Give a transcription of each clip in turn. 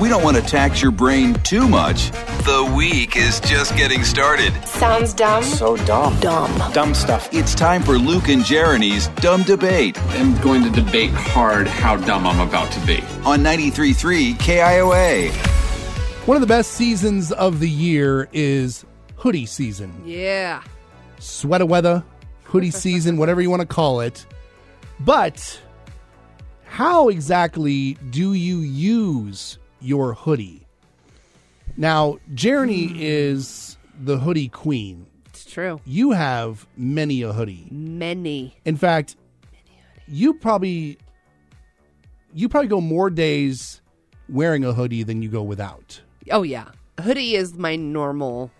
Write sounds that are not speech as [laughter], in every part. we don't want to tax your brain too much. The week is just getting started. Sounds dumb. So dumb. Dumb. Dumb stuff. It's time for Luke and Jeremy's Dumb Debate I'm going to debate hard how dumb I'm about to be. on 93.3 KIOA. One of the best seasons of the year is hoodie season. Yeah. Sweater weather, hoodie season, whatever you want to call it. But how exactly do you use your hoodie? Now, Jeremy is the hoodie queen. It's true. You have many a hoodie. Many. In fact, you probably you probably go more days wearing a hoodie than you go without. Oh yeah. Hoodie is my normal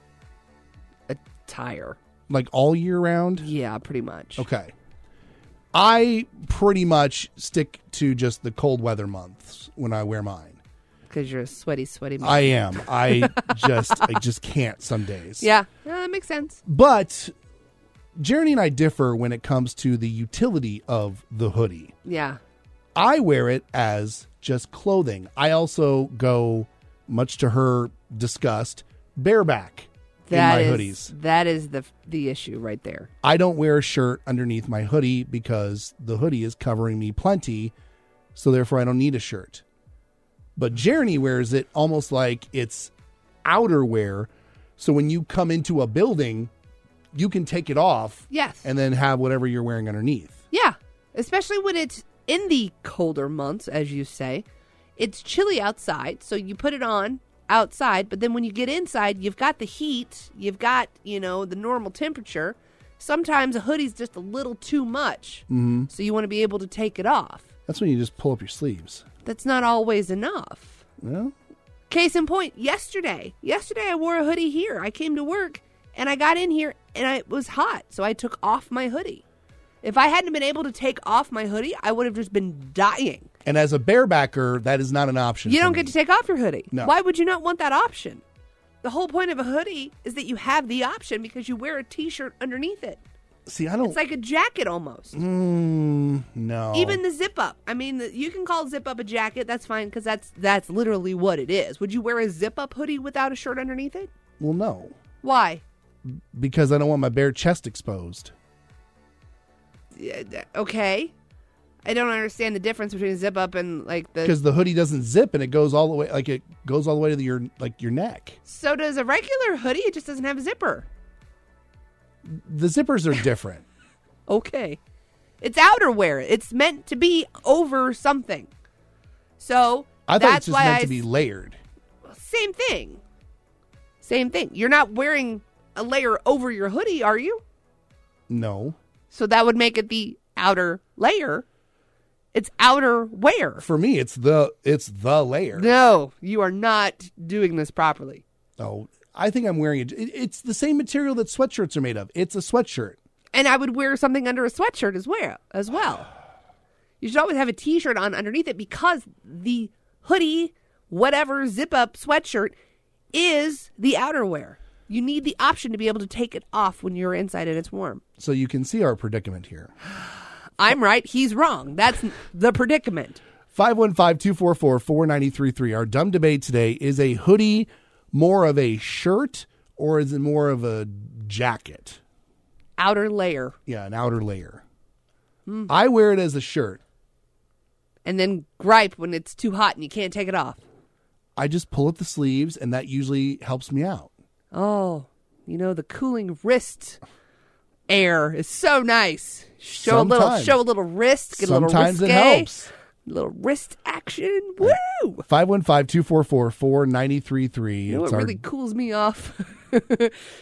attire. Like all year round. Yeah, pretty much. Okay. I pretty much stick to just the cold weather months when I wear mine. Because you're a sweaty, sweaty man. I am. [laughs] I just I just can't some days. yeah. No, that makes sense. But Jeremy and I differ when it comes to the utility of the hoodie. Yeah. I wear it as just clothing. I also go, much to her disgust, bareback That in my is- hoodies. That is the the issue right there. I don't wear a shirt underneath my hoodie because the hoodie is covering me plenty, so therefore I don't need a shirt. But Jeremy wears it almost like it's outerwear, so when you come into a building, you can take it off Yes. and then have whatever you're wearing underneath. yeah. Especially when it's in the colder months, as you say. It's chilly outside, so you put it on outside, but then when you get inside, you've got the heat, you've got, you know, the normal temperature. Sometimes a hoodie's just a little too much. Mm-hmm. So you want to be able to take it off. That's when you just pull up your sleeves. that's not always enough. Well, Case in point, yesterday, yesterday I wore a hoodie here. I came to work and I got in here and I, it was hot, so I took off my hoodie. If I hadn't been able to take off my hoodie, I would have just been dying. and as a barebacker, that is not an option. You for don't me. get to take off your hoodie. No. Why would you not want that option? The whole point of a hoodie is that you have the option because you wear a t-shirt underneath it. see. I don't. It's like a jacket almost. Mm, no. Even the zip up. I mean, the, you can call zip up a jacket. That's fine because that's that's literally what it is. Would you wear a zip up hoodie without a shirt underneath it? well, no, Why? because I don't want my bare chest exposed. Yeah, th- Okay. I don't understand the difference between zip up and like the. because the hoodie doesn't zip and it goes all the way like it goes all the way to the- your like your neck. So does a regular hoodie. It just doesn't have a zipper. The zippers are different. Okay. It's outerwear. It's meant to be over something. So I thought that's it's just why meant I to be layered. same thing. Same thing. You're not wearing a layer over your hoodie, are you? No, So that would make it the outer layer. It's outer wear. for me it's the it's the layer. No, you are not doing this properly. Oh, I think I'm wearing it. it. It's the same material that sweatshirts are made of. It's a sweatshirt. And I would wear something under a sweatshirt as well. As well, you should always have a T-shirt on underneath it because the hoodie, whatever zip-up sweatshirt, is the outerwear. You need the option to be able to take it off when you're inside and it's warm. So you can see our predicament here. I'm right. He's wrong. That's the predicament. 515-244-4933. Our dumb debate today is a hoodie more of a shirt or is it more of a jacket? Outer layer, Yeah, an outer layer. Hmm. I wear it as a shirt. and then gripe when it's too hot and you can't take it off. I just pull up the sleeves, and that usually helps me out. Oh, you know the cooling wrist air is so nice. Show a little, Sometimes. show a little wrist, get a little Sometimes risque, it helps. little wrist action. Woo! 515-244-4933. You know It's what our- really cools me off? [laughs]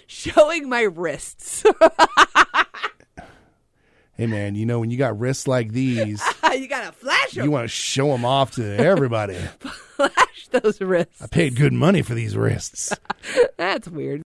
Showing my wrists. [laughs] hey, man, you know, when you got wrists like [laughs] these, you gotta flash them. you want to show them off to everybody. flash those wrists. Paid good money for these wrists. That's weird.